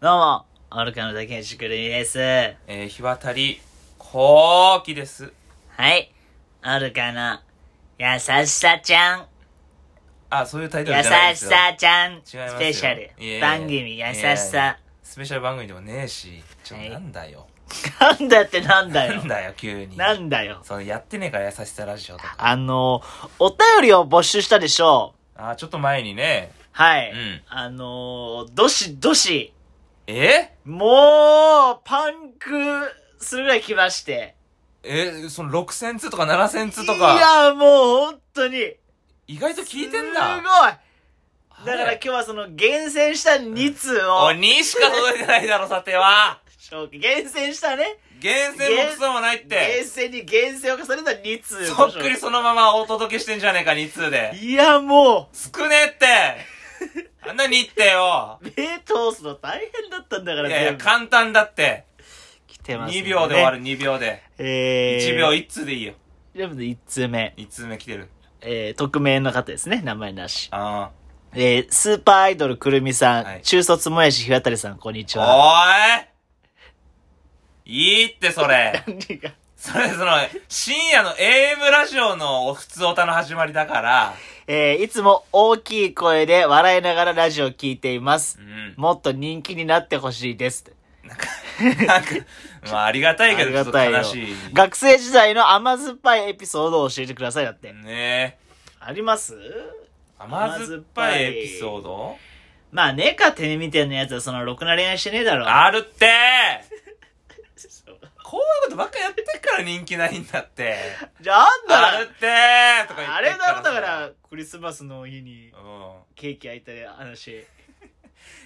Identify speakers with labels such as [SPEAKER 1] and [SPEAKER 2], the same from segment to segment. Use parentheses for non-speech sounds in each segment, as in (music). [SPEAKER 1] どうも、オルカの竹内くるみです。は
[SPEAKER 2] えー、日渡り、後期です。
[SPEAKER 1] い。オルカの、優しさちゃん、
[SPEAKER 2] あ、そういうタイト
[SPEAKER 1] 優
[SPEAKER 2] ルじゃないで
[SPEAKER 1] し
[SPEAKER 2] すよ。
[SPEAKER 1] さちゃん、ス
[SPEAKER 2] 違いますよ
[SPEAKER 1] ペシャル
[SPEAKER 2] いやいや
[SPEAKER 1] 番組、
[SPEAKER 2] いや
[SPEAKER 1] 優
[SPEAKER 2] いや
[SPEAKER 1] しさ。
[SPEAKER 2] スペシャル番組でもねえし、ちょっ
[SPEAKER 1] は
[SPEAKER 2] と
[SPEAKER 1] い
[SPEAKER 2] なんだよ。
[SPEAKER 1] なんだってなんだ
[SPEAKER 2] な
[SPEAKER 1] よ
[SPEAKER 2] ん。だよ、急に。
[SPEAKER 1] なんだよ。
[SPEAKER 2] そう、やってねえから優しさラジオとか。
[SPEAKER 1] あの、お便りを募集したでしょう。
[SPEAKER 2] あ、ちょっと前にね。
[SPEAKER 1] はい。
[SPEAKER 2] うん
[SPEAKER 1] あの、どしどし、
[SPEAKER 2] え
[SPEAKER 1] もう、パンクするぐらい来まして。
[SPEAKER 2] え、その6000通とか7000通と
[SPEAKER 1] い
[SPEAKER 2] か、
[SPEAKER 1] や、もう本当に。
[SPEAKER 2] 意外と聞いてん
[SPEAKER 1] す
[SPEAKER 2] だ。
[SPEAKER 1] ごい
[SPEAKER 2] あ
[SPEAKER 1] だ
[SPEAKER 2] れ
[SPEAKER 1] から今日はその厳選した2通を、
[SPEAKER 2] 鬼しか届いてないだろ、さては。
[SPEAKER 1] 紹介厳選したね。
[SPEAKER 2] 厳選もクソもないって
[SPEAKER 1] 厳。選に厳選を重ねた2通を
[SPEAKER 2] そっくりそのままお届けしてんじゃねえか、2通で。
[SPEAKER 1] いや、も
[SPEAKER 2] 少ねえって。あんなにってよ
[SPEAKER 1] う、。目通すの大変だったんだから、
[SPEAKER 2] いやいや、
[SPEAKER 1] 全部
[SPEAKER 2] 簡単だって。
[SPEAKER 1] 来てます、ね。
[SPEAKER 2] 2秒で終わる、。2秒で。
[SPEAKER 1] えー、
[SPEAKER 2] 1秒1通でいいよ。
[SPEAKER 1] 全部で1通目。
[SPEAKER 2] 1通目来てる。
[SPEAKER 1] えー、匿名の方ですね。名前なし。
[SPEAKER 2] あ
[SPEAKER 1] えー、スーパーアイドルくるみさん、
[SPEAKER 2] はい
[SPEAKER 1] 中卒もやし日渡りさん、こんにちは。
[SPEAKER 2] あ。おーいいいってそれ。 (laughs)
[SPEAKER 1] 何が
[SPEAKER 2] それその、深夜の AM ラジオのお普通おたの始まりだから、
[SPEAKER 1] えー、いつも大きい声で笑いながらラジオ聞いています
[SPEAKER 2] う。ん。
[SPEAKER 1] もっと人気になってほしいです。
[SPEAKER 2] なん
[SPEAKER 1] (laughs)
[SPEAKER 2] か、まあありがたいけど、ちょっと
[SPEAKER 1] ありが
[SPEAKER 2] 悲
[SPEAKER 1] た
[SPEAKER 2] し
[SPEAKER 1] い
[SPEAKER 2] い。
[SPEAKER 1] 学生時代の甘酸っぱいエピソードを教えてくださいだって。
[SPEAKER 2] ね
[SPEAKER 1] あります
[SPEAKER 2] え。甘酸っぱいエピソード
[SPEAKER 1] まあね、かてみたいなやつはそのろくな恋愛してねえだろ。
[SPEAKER 2] あるって
[SPEAKER 1] そう
[SPEAKER 2] こういうことばっかやってっから人気ないんだって。
[SPEAKER 1] (laughs) じゃああんだ
[SPEAKER 2] あ
[SPEAKER 1] ら
[SPEAKER 2] るってとか言ってっから
[SPEAKER 1] あれだろだから、クリスマスの日に
[SPEAKER 2] うん。
[SPEAKER 1] ケーキ焼いた話。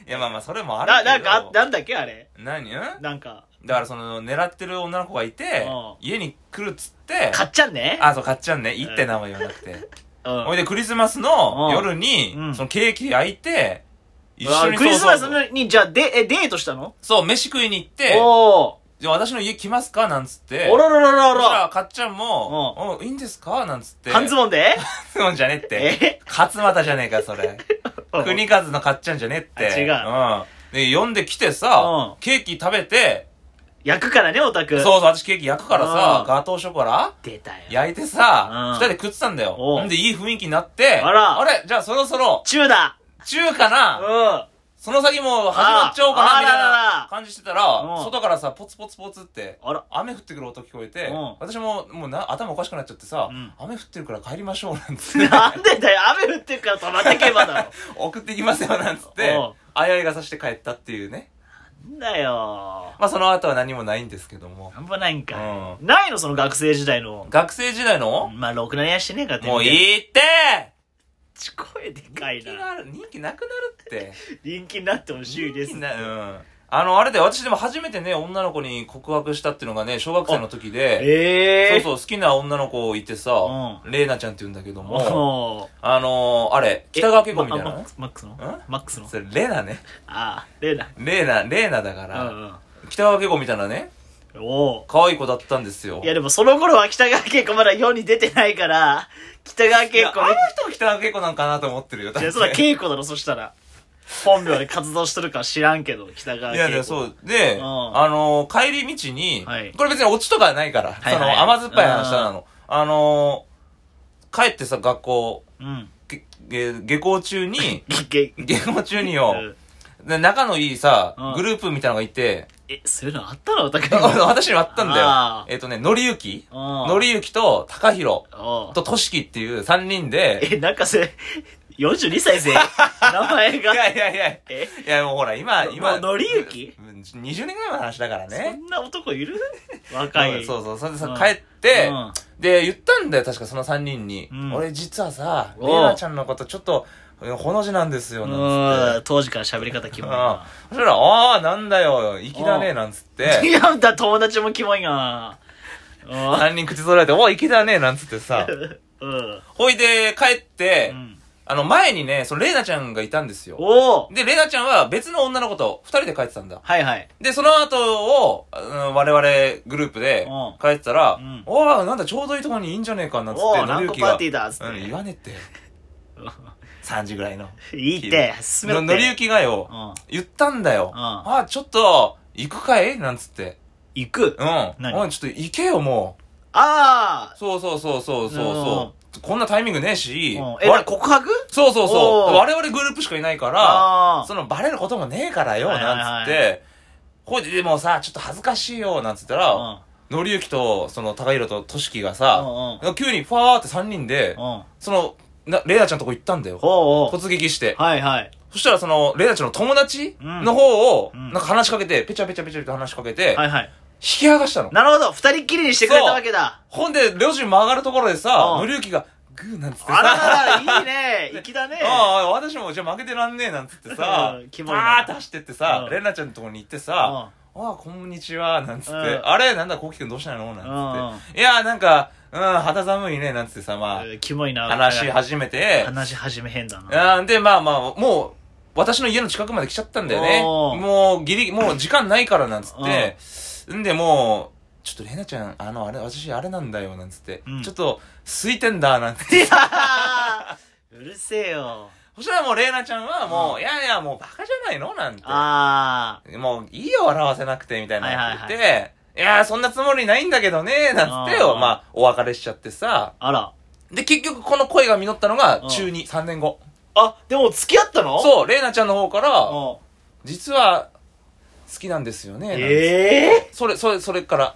[SPEAKER 2] いやまあまあそれもある
[SPEAKER 1] な、
[SPEAKER 2] けど
[SPEAKER 1] なんかあ、なんだっけあれ
[SPEAKER 2] 何ん
[SPEAKER 1] なんか、
[SPEAKER 2] だからその狙ってる女の子がいて
[SPEAKER 1] うん
[SPEAKER 2] 家に来るっつって
[SPEAKER 1] 買っちゃんね
[SPEAKER 2] あそうかっちゃんねいいって名前言わなくて
[SPEAKER 1] うん
[SPEAKER 2] ほいでクリスマスの
[SPEAKER 1] うん
[SPEAKER 2] 夜に
[SPEAKER 1] うん
[SPEAKER 2] そのケーキ焼いて一
[SPEAKER 1] あ
[SPEAKER 2] 緒に
[SPEAKER 1] クリスマス
[SPEAKER 2] そうそうそう
[SPEAKER 1] に、じゃあ、で、え、デートしたの
[SPEAKER 2] そう飯食いに行って
[SPEAKER 1] お
[SPEAKER 2] じゃあ私の家来ますかなんつって
[SPEAKER 1] お。おらららら
[SPEAKER 2] そしたら
[SPEAKER 1] ら。
[SPEAKER 2] かっちゃんも「うんいいんですか?」なんつって
[SPEAKER 1] 半ズ
[SPEAKER 2] ボン
[SPEAKER 1] ボンで
[SPEAKER 2] 半ズボンじゃねって
[SPEAKER 1] え
[SPEAKER 2] 勝俣じゃねえかそ
[SPEAKER 1] (laughs)
[SPEAKER 2] れ (laughs) 国和のかっちゃんじゃねって
[SPEAKER 1] あ違
[SPEAKER 2] うんで呼んできてさ
[SPEAKER 1] うん
[SPEAKER 2] ケーキ食べて
[SPEAKER 1] 焼くからね、オタク。
[SPEAKER 2] そうそう、私ケーキ焼くから
[SPEAKER 1] う
[SPEAKER 2] さ
[SPEAKER 1] ん、
[SPEAKER 2] ガトーショコラ
[SPEAKER 1] 出たよ。
[SPEAKER 2] 焼いて
[SPEAKER 1] うん
[SPEAKER 2] さ、二人で食ってたんだ
[SPEAKER 1] お
[SPEAKER 2] よ
[SPEAKER 1] うん
[SPEAKER 2] で、いい雰囲気になって、
[SPEAKER 1] あら
[SPEAKER 2] れじゃあそろそろ、
[SPEAKER 1] 中だ
[SPEAKER 2] 中か
[SPEAKER 1] う
[SPEAKER 2] な、
[SPEAKER 1] ん。
[SPEAKER 2] その先もう始まっちゃおうか
[SPEAKER 1] ああ
[SPEAKER 2] なみたい
[SPEAKER 1] ららら
[SPEAKER 2] な感じしてたら
[SPEAKER 1] うん、
[SPEAKER 2] 外からさ、ポツポツポツって、
[SPEAKER 1] あら。
[SPEAKER 2] 雨降ってくる音聞こえて
[SPEAKER 1] うん、
[SPEAKER 2] 私ももうな頭おかしくなっちゃってさ
[SPEAKER 1] うん、
[SPEAKER 2] 雨降ってるから帰りましょうなん
[SPEAKER 1] (laughs)
[SPEAKER 2] つって、
[SPEAKER 1] なんでだよ、雨降ってるから止まってけばだろ。
[SPEAKER 2] 送ってきますよなんつって
[SPEAKER 1] うん、
[SPEAKER 2] あやいがさして帰ったっていうね。
[SPEAKER 1] なんだよ。
[SPEAKER 2] まあその後は何もないんですけども。
[SPEAKER 1] なんもないんかい。
[SPEAKER 2] う
[SPEAKER 1] ないの、その学生時代の。
[SPEAKER 2] 学生時代の
[SPEAKER 1] まあ、ろくなやしてねえからって。
[SPEAKER 2] もういいって
[SPEAKER 1] ち声でかい
[SPEAKER 2] 人気
[SPEAKER 1] な。
[SPEAKER 2] がある人気なくなるって
[SPEAKER 1] 人気になってほしいです。
[SPEAKER 2] 人気なうんあのあれで私でも初めてね女の子に告白したっていうのがね小学生の時で
[SPEAKER 1] ええ
[SPEAKER 2] そうそう好きな女の子いてさ
[SPEAKER 1] う
[SPEAKER 2] 玲奈ちゃんって言うんだけども
[SPEAKER 1] もう。
[SPEAKER 2] あのー、あれ北川景子みたい
[SPEAKER 1] えま
[SPEAKER 2] な
[SPEAKER 1] マ
[SPEAKER 2] の
[SPEAKER 1] ックスマックスの
[SPEAKER 2] ん
[SPEAKER 1] マックスの
[SPEAKER 2] それ玲奈ね
[SPEAKER 1] ああ、レーダ
[SPEAKER 2] 玲奈玲奈だか
[SPEAKER 1] ー。う
[SPEAKER 2] ら
[SPEAKER 1] ん
[SPEAKER 2] 北川景子みたいなね
[SPEAKER 1] うん。お
[SPEAKER 2] 可愛い子だったんですよ
[SPEAKER 1] お。いやでもその頃は北川景子まだ世に出てないから、北川
[SPEAKER 2] い
[SPEAKER 1] 景
[SPEAKER 2] や
[SPEAKER 1] 子
[SPEAKER 2] あの人も北川景子なんかなと思ってるよだ
[SPEAKER 1] い
[SPEAKER 2] って
[SPEAKER 1] や、そら稽古だろ、そしたら。本名で活動してるか知らんけど、北川
[SPEAKER 2] い
[SPEAKER 1] 景子。
[SPEAKER 2] やいや、そう。で、
[SPEAKER 1] うん
[SPEAKER 2] あのー帰り道に、
[SPEAKER 1] はい
[SPEAKER 2] これ別にオチとかないから、
[SPEAKER 1] はいはい
[SPEAKER 2] その甘酸っぱい話なの。あのー帰ってさ、学校、
[SPEAKER 1] うん。、
[SPEAKER 2] げげ下校中に
[SPEAKER 1] (laughs) げ、げ、
[SPEAKER 2] 下校中に
[SPEAKER 1] う
[SPEAKER 2] よ、
[SPEAKER 1] ん
[SPEAKER 2] で仲のいいさ、
[SPEAKER 1] うん
[SPEAKER 2] グループみたいなのがいて、
[SPEAKER 1] え、そういうのあったのお互いに。
[SPEAKER 2] (laughs) 私にもあったん
[SPEAKER 1] あ
[SPEAKER 2] だよ。
[SPEAKER 1] ー
[SPEAKER 2] えっ、とね、のりゆき、
[SPEAKER 1] うん
[SPEAKER 2] のりゆきと、たかひろ、
[SPEAKER 1] おう
[SPEAKER 2] と、としきっていう3人で、
[SPEAKER 1] え、なんかそれ、42歳
[SPEAKER 2] (laughs)
[SPEAKER 1] ぜ。名前
[SPEAKER 2] い
[SPEAKER 1] が。
[SPEAKER 2] やいやいや、い
[SPEAKER 1] え、
[SPEAKER 2] やもうほら、今、今、
[SPEAKER 1] ののりゆき
[SPEAKER 2] うん ?20 年ぐらい前の話だから
[SPEAKER 1] そ
[SPEAKER 2] ね。
[SPEAKER 1] んな男いる若い。
[SPEAKER 2] そう
[SPEAKER 1] う。
[SPEAKER 2] そう、それで
[SPEAKER 1] う
[SPEAKER 2] さ
[SPEAKER 1] ん、
[SPEAKER 2] 帰って、
[SPEAKER 1] ん。
[SPEAKER 2] で、言ったんだよ、確かその3人に。
[SPEAKER 1] うん
[SPEAKER 2] 俺実はさ、
[SPEAKER 1] おう
[SPEAKER 2] レイナちゃんのことちょっと、ほの字なんですよ、なんつ
[SPEAKER 1] う
[SPEAKER 2] っ
[SPEAKER 1] ん当時から喋り方キ
[SPEAKER 2] て。
[SPEAKER 1] モ
[SPEAKER 2] う
[SPEAKER 1] い
[SPEAKER 2] ん
[SPEAKER 1] な。
[SPEAKER 2] そしたら、ああ、なんだよ、粋だね、なん
[SPEAKER 1] (laughs)
[SPEAKER 2] つって。
[SPEAKER 1] 違うんだ、友達もキモい
[SPEAKER 2] (laughs)
[SPEAKER 1] な。う
[SPEAKER 2] 3人口揃えて、おお、粋だね、なんつってさ。
[SPEAKER 1] ん。うん
[SPEAKER 2] ほいで、帰って
[SPEAKER 1] う、ん。
[SPEAKER 2] あの、前にね、そのレイナちゃんがいたんですよ。
[SPEAKER 1] おお
[SPEAKER 2] で、レイナちゃんは別の女の子と2人で帰ってたんだ。
[SPEAKER 1] はいはい。
[SPEAKER 2] で、その後を、うん我々グループで
[SPEAKER 1] うん
[SPEAKER 2] 帰ってたら、
[SPEAKER 1] うん
[SPEAKER 2] おお、なんだ、ちょうどいいとこにいいんじゃねえか、なんつっ
[SPEAKER 1] お
[SPEAKER 2] て、
[SPEAKER 1] お
[SPEAKER 2] のり
[SPEAKER 1] 何
[SPEAKER 2] ゆ
[SPEAKER 1] 個
[SPEAKER 2] き
[SPEAKER 1] パー
[SPEAKER 2] が
[SPEAKER 1] ティ。ーだっつっ
[SPEAKER 2] うん、言
[SPEAKER 1] て。
[SPEAKER 2] わねえって。 3時ぐらいの。
[SPEAKER 1] いいって、進めろ
[SPEAKER 2] の
[SPEAKER 1] って。
[SPEAKER 2] のりゆきがよ、
[SPEAKER 1] うん
[SPEAKER 2] 言ったんだよ。
[SPEAKER 1] うん
[SPEAKER 2] あ、ちょっと、行くかいなんつって。
[SPEAKER 1] 行く。
[SPEAKER 2] うん。
[SPEAKER 1] 何
[SPEAKER 2] おい、ちょっと行けよ、も
[SPEAKER 1] あ
[SPEAKER 2] う。そうそうそうそうそうそう。こんなタイミングねえし。
[SPEAKER 1] ー。うんえ、
[SPEAKER 2] わ
[SPEAKER 1] 告白
[SPEAKER 2] そうそうそ
[SPEAKER 1] お
[SPEAKER 2] う。
[SPEAKER 1] ー
[SPEAKER 2] 我々グループしかいないから、
[SPEAKER 1] あ
[SPEAKER 2] そのバレることもねえからよ、
[SPEAKER 1] はいはいはい
[SPEAKER 2] なんつって。ほいで、でもさ、ちょっと恥ずかしいよ、なんつった
[SPEAKER 1] あ。
[SPEAKER 2] ら、のりゆきと、その、高弘ととしきが
[SPEAKER 1] うん
[SPEAKER 2] さ、
[SPEAKER 1] うん。
[SPEAKER 2] 急にファーって3人で、
[SPEAKER 1] うん。
[SPEAKER 2] その、な、レイナちゃんとこ行ったんだよ。
[SPEAKER 1] ほうほ
[SPEAKER 2] 突撃して
[SPEAKER 1] う。。はいはい。
[SPEAKER 2] そしたらその、レイナちゃんの友達
[SPEAKER 1] うん
[SPEAKER 2] の方を、
[SPEAKER 1] うん
[SPEAKER 2] なんか話しかけて、ペチャペチャペチャって話しかけて、
[SPEAKER 1] は
[SPEAKER 2] 引
[SPEAKER 1] いはい。
[SPEAKER 2] き剥がしたの。
[SPEAKER 1] なるほど。二人っきりにしてくれたわけだ。
[SPEAKER 2] ほんで、両親曲がるところでさ、
[SPEAKER 1] うん
[SPEAKER 2] のりゆきが、グーなんつって
[SPEAKER 1] あ
[SPEAKER 2] さ、
[SPEAKER 1] ららら、いいね。粋だね。
[SPEAKER 2] ああ、私もじゃあ負けてらんねえなんつってさ
[SPEAKER 1] うんキ、モいな
[SPEAKER 2] バーって走ってってさ
[SPEAKER 1] う、ん
[SPEAKER 2] レイナちゃんのところに行って
[SPEAKER 1] うん
[SPEAKER 2] さ、ああ、こんにちは、なんつって、
[SPEAKER 1] うん
[SPEAKER 2] あれなんだ、コウキ君どうしたのなんつって。いやー、なんか、うん、肌寒いね、なんつってさ、ま
[SPEAKER 1] えーキモいな。
[SPEAKER 2] あ、話し始めて、
[SPEAKER 1] 話し始めへんだな。
[SPEAKER 2] あーで、まあまあ、もう、私の家の近くまで来ちゃったんだよね。
[SPEAKER 1] おー
[SPEAKER 2] もう、ギリ、もう時間ないからなんつって。んで、もう、ちょっとレナちゃん、あの、あれ、私あれなんだよ、なんつって。
[SPEAKER 1] うん
[SPEAKER 2] ちょっと、空いてんだ、なんて。
[SPEAKER 1] い (laughs) やー (laughs) うるせえよ。
[SPEAKER 2] そしたらもう、レナちゃんはも
[SPEAKER 1] う
[SPEAKER 2] う、いやいや、もうバカじゃないのなんて。
[SPEAKER 1] あ
[SPEAKER 2] もう、いいよ、笑わせなくて、みたいなこと言って。
[SPEAKER 1] はい
[SPEAKER 2] いやー、そんなつもりないんだけどね、なんつって
[SPEAKER 1] う
[SPEAKER 2] よ。
[SPEAKER 1] ん
[SPEAKER 2] まあ、お別れしちゃってさ。
[SPEAKER 1] あ。あら。
[SPEAKER 2] で、結局、この恋が実ったのが
[SPEAKER 1] う、ん
[SPEAKER 2] 中2、3年後。
[SPEAKER 1] あ、でも付き合ったのう。
[SPEAKER 2] そう、レナちゃんの方から、
[SPEAKER 1] うん
[SPEAKER 2] 実は好きなんですよね、なんて
[SPEAKER 1] ええ
[SPEAKER 2] それそれそれから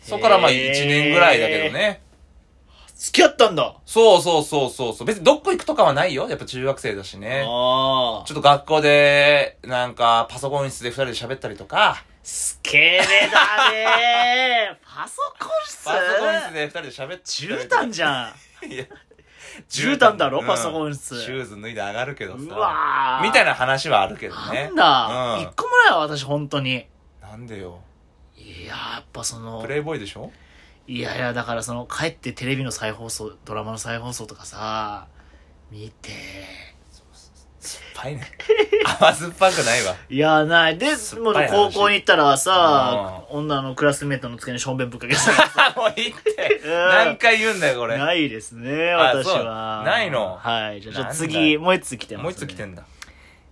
[SPEAKER 2] そこからまあ
[SPEAKER 1] へ
[SPEAKER 2] 1
[SPEAKER 1] ー
[SPEAKER 2] 年ぐらいだけどね、
[SPEAKER 1] 付き合ったんだ。
[SPEAKER 2] そうそうそうそうそう別にどっこ行くとかはないよやっぱ中学生だしね
[SPEAKER 1] ああ
[SPEAKER 2] ち。ょっと学校でなんかパソコン室で2人で喋ったりとか
[SPEAKER 1] スケベだねー。パソコン室
[SPEAKER 2] パソコン室で2人で喋った
[SPEAKER 1] 絨
[SPEAKER 2] り
[SPEAKER 1] 毯じゃん。
[SPEAKER 2] (laughs) んいや
[SPEAKER 1] 絨毯だろ
[SPEAKER 2] うん
[SPEAKER 1] パソコン室
[SPEAKER 2] シューズ脱いで上がるけど
[SPEAKER 1] う
[SPEAKER 2] さ
[SPEAKER 1] わー。
[SPEAKER 2] みたい
[SPEAKER 1] な。
[SPEAKER 2] な話はあるけど
[SPEAKER 1] な
[SPEAKER 2] ね
[SPEAKER 1] んだ。一、
[SPEAKER 2] うん
[SPEAKER 1] 個もないわ、私、本当に。
[SPEAKER 2] なんでよ
[SPEAKER 1] いやー、やっぱその
[SPEAKER 2] プ、レイボーイでしょ
[SPEAKER 1] いやいや、だからその、帰ってテレビの再放送、ドラマの再放送とかさ、見て。
[SPEAKER 2] 酸っぱいね甘酸っぱくないわ (laughs)
[SPEAKER 1] いやー、ない。で、
[SPEAKER 2] 酸
[SPEAKER 1] も
[SPEAKER 2] っ
[SPEAKER 1] う
[SPEAKER 2] ぱい話
[SPEAKER 1] 高校に行ったらさ、女のクラスメートの机にしょんべんぶっかけた
[SPEAKER 2] あもういいって。
[SPEAKER 1] うん
[SPEAKER 2] 何回言うんだよ、これ。も
[SPEAKER 1] ないですね、
[SPEAKER 2] あ
[SPEAKER 1] 私
[SPEAKER 2] そ
[SPEAKER 1] は。
[SPEAKER 2] うないの
[SPEAKER 1] はい。じゃあちょっと
[SPEAKER 2] なんだ
[SPEAKER 1] 次、
[SPEAKER 2] よ
[SPEAKER 1] もう一つ来てます、ね。
[SPEAKER 2] う一つ来てんだ。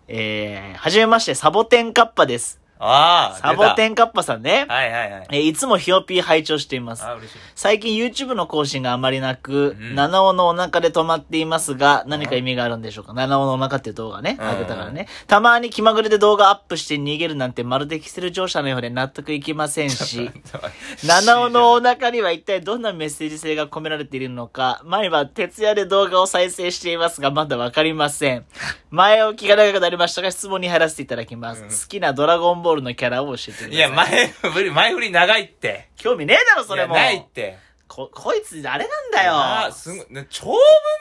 [SPEAKER 1] えー、はじめまして、サボテンカッパです。
[SPEAKER 2] ああ、
[SPEAKER 1] サボテ
[SPEAKER 2] ン。
[SPEAKER 1] ンカッパさんね。
[SPEAKER 2] はいはいはい。
[SPEAKER 1] えーいつもヒヨピー拝聴しています。
[SPEAKER 2] あー嬉しい。
[SPEAKER 1] 最近 YouTube の更新があまりなく、
[SPEAKER 2] うん
[SPEAKER 1] 七尾のお腹で止まっていますが、何か意味があるんでしょうか七尾のお腹っていう動画ね、
[SPEAKER 2] うん
[SPEAKER 1] あげたからね。たまに気まぐれで動画アップして逃げるなんてまるでキセル乗車のようで納得いきません
[SPEAKER 2] (laughs)
[SPEAKER 1] し、 (laughs) 七尾のお腹には一体どんなメッセージ性が込められているのか、毎晩徹夜で動画を再生していますが、まだわかりま
[SPEAKER 2] (laughs)
[SPEAKER 1] せん。前置きが長くなりましたが、質問に入らせていただきます。
[SPEAKER 2] うん
[SPEAKER 1] 好きなドラゴンボールのキャラを教えてください。
[SPEAKER 2] いや、前振り、前振り長いって。
[SPEAKER 1] 興味ねえだろ、それも。
[SPEAKER 2] いやないって。
[SPEAKER 1] こ、こいつ、あれなん
[SPEAKER 2] あ
[SPEAKER 1] だ
[SPEAKER 2] ー
[SPEAKER 1] よ。
[SPEAKER 2] すごい。ね長文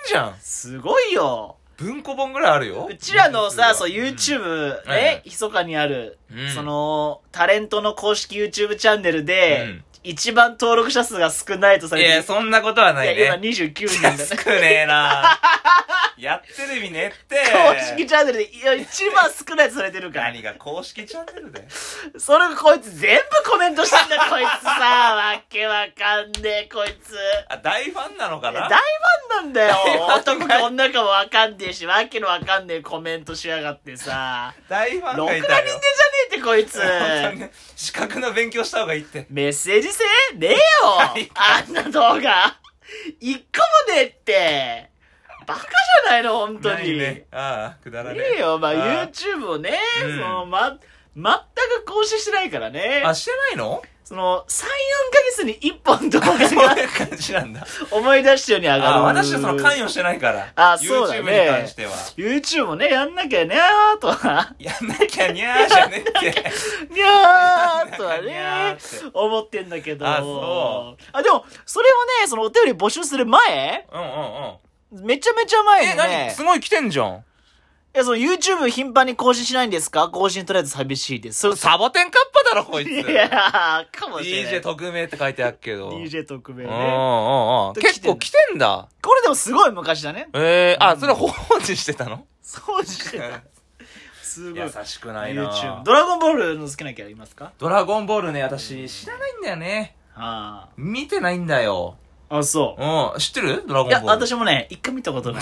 [SPEAKER 2] じゃん。
[SPEAKER 1] すごいよ。
[SPEAKER 2] 文庫本ぐらいあるよ。
[SPEAKER 1] うちらのさ、
[SPEAKER 2] 文庫
[SPEAKER 1] そう、
[SPEAKER 2] 本
[SPEAKER 1] YouTube
[SPEAKER 2] はいはい
[SPEAKER 1] ね、密かにある
[SPEAKER 2] うん、
[SPEAKER 1] その、タレントの公式 YouTube チャンネル
[SPEAKER 2] う
[SPEAKER 1] で
[SPEAKER 2] ん、
[SPEAKER 1] 一番登録者数が少ないとさ
[SPEAKER 2] い
[SPEAKER 1] れて
[SPEAKER 2] や、
[SPEAKER 1] る。
[SPEAKER 2] そんなことはない
[SPEAKER 1] いや、
[SPEAKER 2] ね。
[SPEAKER 1] 今29人だね。
[SPEAKER 2] 安くねえ
[SPEAKER 1] (laughs)
[SPEAKER 2] なやってる意味ねって。
[SPEAKER 1] 公式チャンネルで、いや、一番少ないとされてるから。
[SPEAKER 2] 何が公式チャンネルで
[SPEAKER 1] それがこいつ全部コメント
[SPEAKER 2] (laughs)
[SPEAKER 1] してんだよ、こいつさ。わけわかんねえ、こいつ。
[SPEAKER 2] あ、大ファンなのか
[SPEAKER 1] 大ファ
[SPEAKER 2] な
[SPEAKER 1] ンなんだよ。
[SPEAKER 2] 大ファン
[SPEAKER 1] 男か女かもわかんねえし、わけのわかんねえコメントしやがってさ。
[SPEAKER 2] 大ファン
[SPEAKER 1] ろくな
[SPEAKER 2] がい
[SPEAKER 1] 人間じゃね
[SPEAKER 2] たよ。
[SPEAKER 1] えってこいつ。
[SPEAKER 2] 本当にね資格の勉強した方がいいって。
[SPEAKER 1] メッセージ性ねえよ
[SPEAKER 2] い
[SPEAKER 1] あんな動画。一個もねえって。バカじゃないの、本当
[SPEAKER 2] ない
[SPEAKER 1] に。
[SPEAKER 2] ね。ああ、くだらね
[SPEAKER 1] ねえよ、まあ
[SPEAKER 2] ああ
[SPEAKER 1] YouTube をね、
[SPEAKER 2] うん
[SPEAKER 1] その、ま、全く更新してないからね。
[SPEAKER 2] あ、してない
[SPEAKER 1] (laughs)
[SPEAKER 2] の
[SPEAKER 1] その、3、4ヶ月に1本動画
[SPEAKER 2] そう
[SPEAKER 1] が
[SPEAKER 2] いう感じなんだ。
[SPEAKER 1] 思い出したように上が
[SPEAKER 2] あ
[SPEAKER 1] る。
[SPEAKER 2] 私はその関与してないから。
[SPEAKER 1] あそうだね
[SPEAKER 2] YouTube に関しては。
[SPEAKER 1] YouTube もね、やんなきゃねーとは、
[SPEAKER 2] やんなきゃにゃーじゃねえ
[SPEAKER 1] (laughs)
[SPEAKER 2] って。
[SPEAKER 1] にゃーとは
[SPEAKER 2] (laughs) にゃ
[SPEAKER 1] ね
[SPEAKER 2] ーっ、
[SPEAKER 1] 思ってんだけど。
[SPEAKER 2] あそ
[SPEAKER 1] あでも、それをね、そのお便り募集する前
[SPEAKER 2] うんうんうん。
[SPEAKER 1] めちゃめちゃ前
[SPEAKER 2] え、
[SPEAKER 1] に
[SPEAKER 2] 何
[SPEAKER 1] ね
[SPEAKER 2] す。ごい来てんじゃん。
[SPEAKER 1] いや、その YouTube 頻繁に更新しないんですか更新とりあえず寂しいです。
[SPEAKER 2] サボテンカッパだろ、こいつ。
[SPEAKER 1] いやー、かもしれない。
[SPEAKER 2] DJ 特命って書いてあるけど。
[SPEAKER 1] DJ 特命
[SPEAKER 2] うんう
[SPEAKER 1] ね。
[SPEAKER 2] んうん。結構来てんだ。
[SPEAKER 1] これでもすごい昔だね。 (laughs)
[SPEAKER 2] えー、あ、それ放置してたの
[SPEAKER 1] そうしてた。すごい。
[SPEAKER 2] しく
[SPEAKER 1] YouTube。ドラゴンボールの好きなキャラいますか
[SPEAKER 2] ドラゴンボールね、私知らないんだよね。
[SPEAKER 1] あ
[SPEAKER 2] 見てないんだよ。
[SPEAKER 1] あ。あ、そう。
[SPEAKER 2] うん。知ってるドラゴン
[SPEAKER 1] い
[SPEAKER 2] ボー
[SPEAKER 1] や、
[SPEAKER 2] ル。 (laughs)
[SPEAKER 1] 私もね、一回見たことない。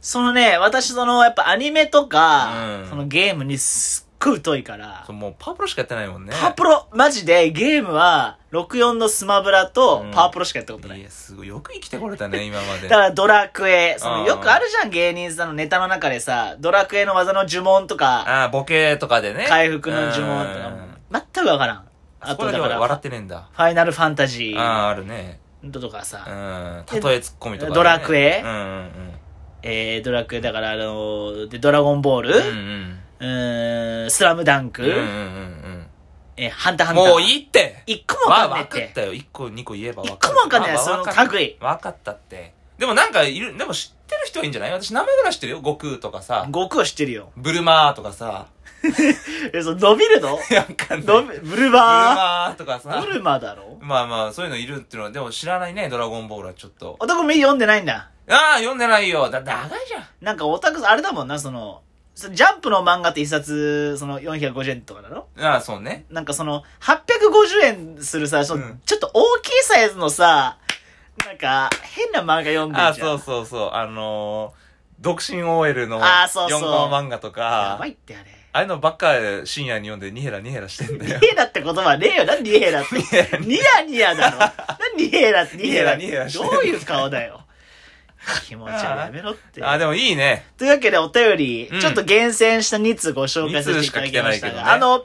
[SPEAKER 1] そのね、私その、やっぱアニメとか、
[SPEAKER 2] うん
[SPEAKER 1] そのゲームにすっごい疎いから
[SPEAKER 2] そ、うもうパワープロしかやってないもんね。
[SPEAKER 1] パワプロ、マジでゲームは、64のスマブラと
[SPEAKER 2] うん
[SPEAKER 1] パワプロしかやったことない。
[SPEAKER 2] いや、すごい。よく生きてこれ
[SPEAKER 1] (laughs)
[SPEAKER 2] たね、今まで。
[SPEAKER 1] だからドラクエ、その
[SPEAKER 2] うん
[SPEAKER 1] よくあるじゃん、芸人さんのネタの中でさ、ドラクエの技の呪文とか、
[SPEAKER 2] ああ、ボケとかでね。
[SPEAKER 1] 回復の呪文
[SPEAKER 2] うん
[SPEAKER 1] とか、全くわからん。
[SPEAKER 2] あ
[SPEAKER 1] あと
[SPEAKER 2] と
[SPEAKER 1] だ
[SPEAKER 2] だ
[SPEAKER 1] か
[SPEAKER 2] けは
[SPEAKER 1] ら、
[SPEAKER 2] 笑
[SPEAKER 1] フ
[SPEAKER 2] ってねえんだ。
[SPEAKER 1] ァイナルファンタジ
[SPEAKER 2] あ
[SPEAKER 1] ー
[SPEAKER 2] あ、あるね。
[SPEAKER 1] とか
[SPEAKER 2] うん。
[SPEAKER 1] さ、
[SPEAKER 2] 例えツッコミとかね。
[SPEAKER 1] ドラクエ
[SPEAKER 2] うんうん
[SPEAKER 1] えー、ドラクエだから、あのーで、ドラゴンボール、
[SPEAKER 2] うん。うんうん。
[SPEAKER 1] うーん、スラムダンク、
[SPEAKER 2] うんうん
[SPEAKER 1] えーハンターハ
[SPEAKER 2] うん。
[SPEAKER 1] ンター。
[SPEAKER 2] もういいって
[SPEAKER 1] 一個もわ
[SPEAKER 2] わ
[SPEAKER 1] かんね
[SPEAKER 2] 分か
[SPEAKER 1] えっ。
[SPEAKER 2] ってたよ。一個、二個言えば分かる。
[SPEAKER 1] 一個も分かんない
[SPEAKER 2] まあ
[SPEAKER 1] その
[SPEAKER 2] 分かる
[SPEAKER 1] 類
[SPEAKER 2] 分かったって。でもなんかいる、でも知ってる人はいいんじゃない私名前ぐらい知ってるよ。悟空とかさ、
[SPEAKER 1] 悟空は知ってるよ。
[SPEAKER 2] ブルマーとかさ、
[SPEAKER 1] え、その伸びる
[SPEAKER 2] (laughs)
[SPEAKER 1] の
[SPEAKER 2] いやわかんない。
[SPEAKER 1] 伸
[SPEAKER 2] ブル
[SPEAKER 1] び、ブルマ
[SPEAKER 2] マーとか
[SPEAKER 1] ー。
[SPEAKER 2] さ
[SPEAKER 1] ブ、ルマーだろ
[SPEAKER 2] まあまあ、そういうのいるっていうのは、でも知らないね、ドラゴンボールはちょっと。
[SPEAKER 1] 男も読んでないんだ。
[SPEAKER 2] ああ、読んでないよ。だ、長いじゃん。
[SPEAKER 1] なんかオタク、あれだもんな、その、そジャンプの漫画って一冊、その450円とかだろ
[SPEAKER 2] ああ、そうね。
[SPEAKER 1] なんかその、850円するさ、その
[SPEAKER 2] うん
[SPEAKER 1] ちょっと大きいサイズのさ、なんか、変な漫画読んで
[SPEAKER 2] あ
[SPEAKER 1] る
[SPEAKER 2] あ、
[SPEAKER 1] じゃん。
[SPEAKER 2] そうそうそう。あのー、独身 OL の
[SPEAKER 1] あーそうそう
[SPEAKER 2] 4号漫画と
[SPEAKER 1] や
[SPEAKER 2] か、
[SPEAKER 1] ば
[SPEAKER 2] あ
[SPEAKER 1] いってあれ。
[SPEAKER 2] あいうのばっか深夜に読んでニヘラニヘラしてんだよ
[SPEAKER 1] ニ。ヘラ (laughs) って言葉ねえよ。なんでニヘラって。ニヤニヤだろ。なんでニヘラって、ニヘラって
[SPEAKER 2] ニヘラニヘラして
[SPEAKER 1] ど
[SPEAKER 2] んだ
[SPEAKER 1] ういう顔だよ。気持ちはやめろって。
[SPEAKER 2] ああ、でもいいね。
[SPEAKER 1] というわけでお便り、
[SPEAKER 2] うん
[SPEAKER 1] ちょっと厳選した2つご紹介させていただきました
[SPEAKER 2] 二通しか来てないけど
[SPEAKER 1] が、
[SPEAKER 2] ね
[SPEAKER 1] あの、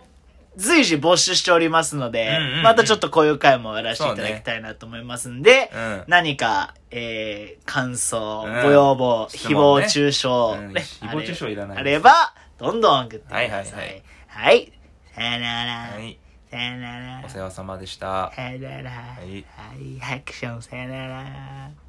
[SPEAKER 1] 随時募集しておりますので、
[SPEAKER 2] うんうんうん
[SPEAKER 1] またちょっとこういう回もやらせていただきたいなと思いますんで、
[SPEAKER 2] うん。
[SPEAKER 1] 何か、えー、感想、
[SPEAKER 2] うん
[SPEAKER 1] ご要望、
[SPEAKER 2] 質
[SPEAKER 1] 誹
[SPEAKER 2] 問
[SPEAKER 1] 謗
[SPEAKER 2] ね
[SPEAKER 1] 中傷、
[SPEAKER 2] うん誹謗中傷いらない
[SPEAKER 1] あれあれば、どんどん送ってください。
[SPEAKER 2] はいはい
[SPEAKER 1] はい。さよなら。
[SPEAKER 2] はい。
[SPEAKER 1] さよなら
[SPEAKER 2] お。世話様でした。
[SPEAKER 1] さよなら。
[SPEAKER 2] はい
[SPEAKER 1] はい。ハクションさよなら。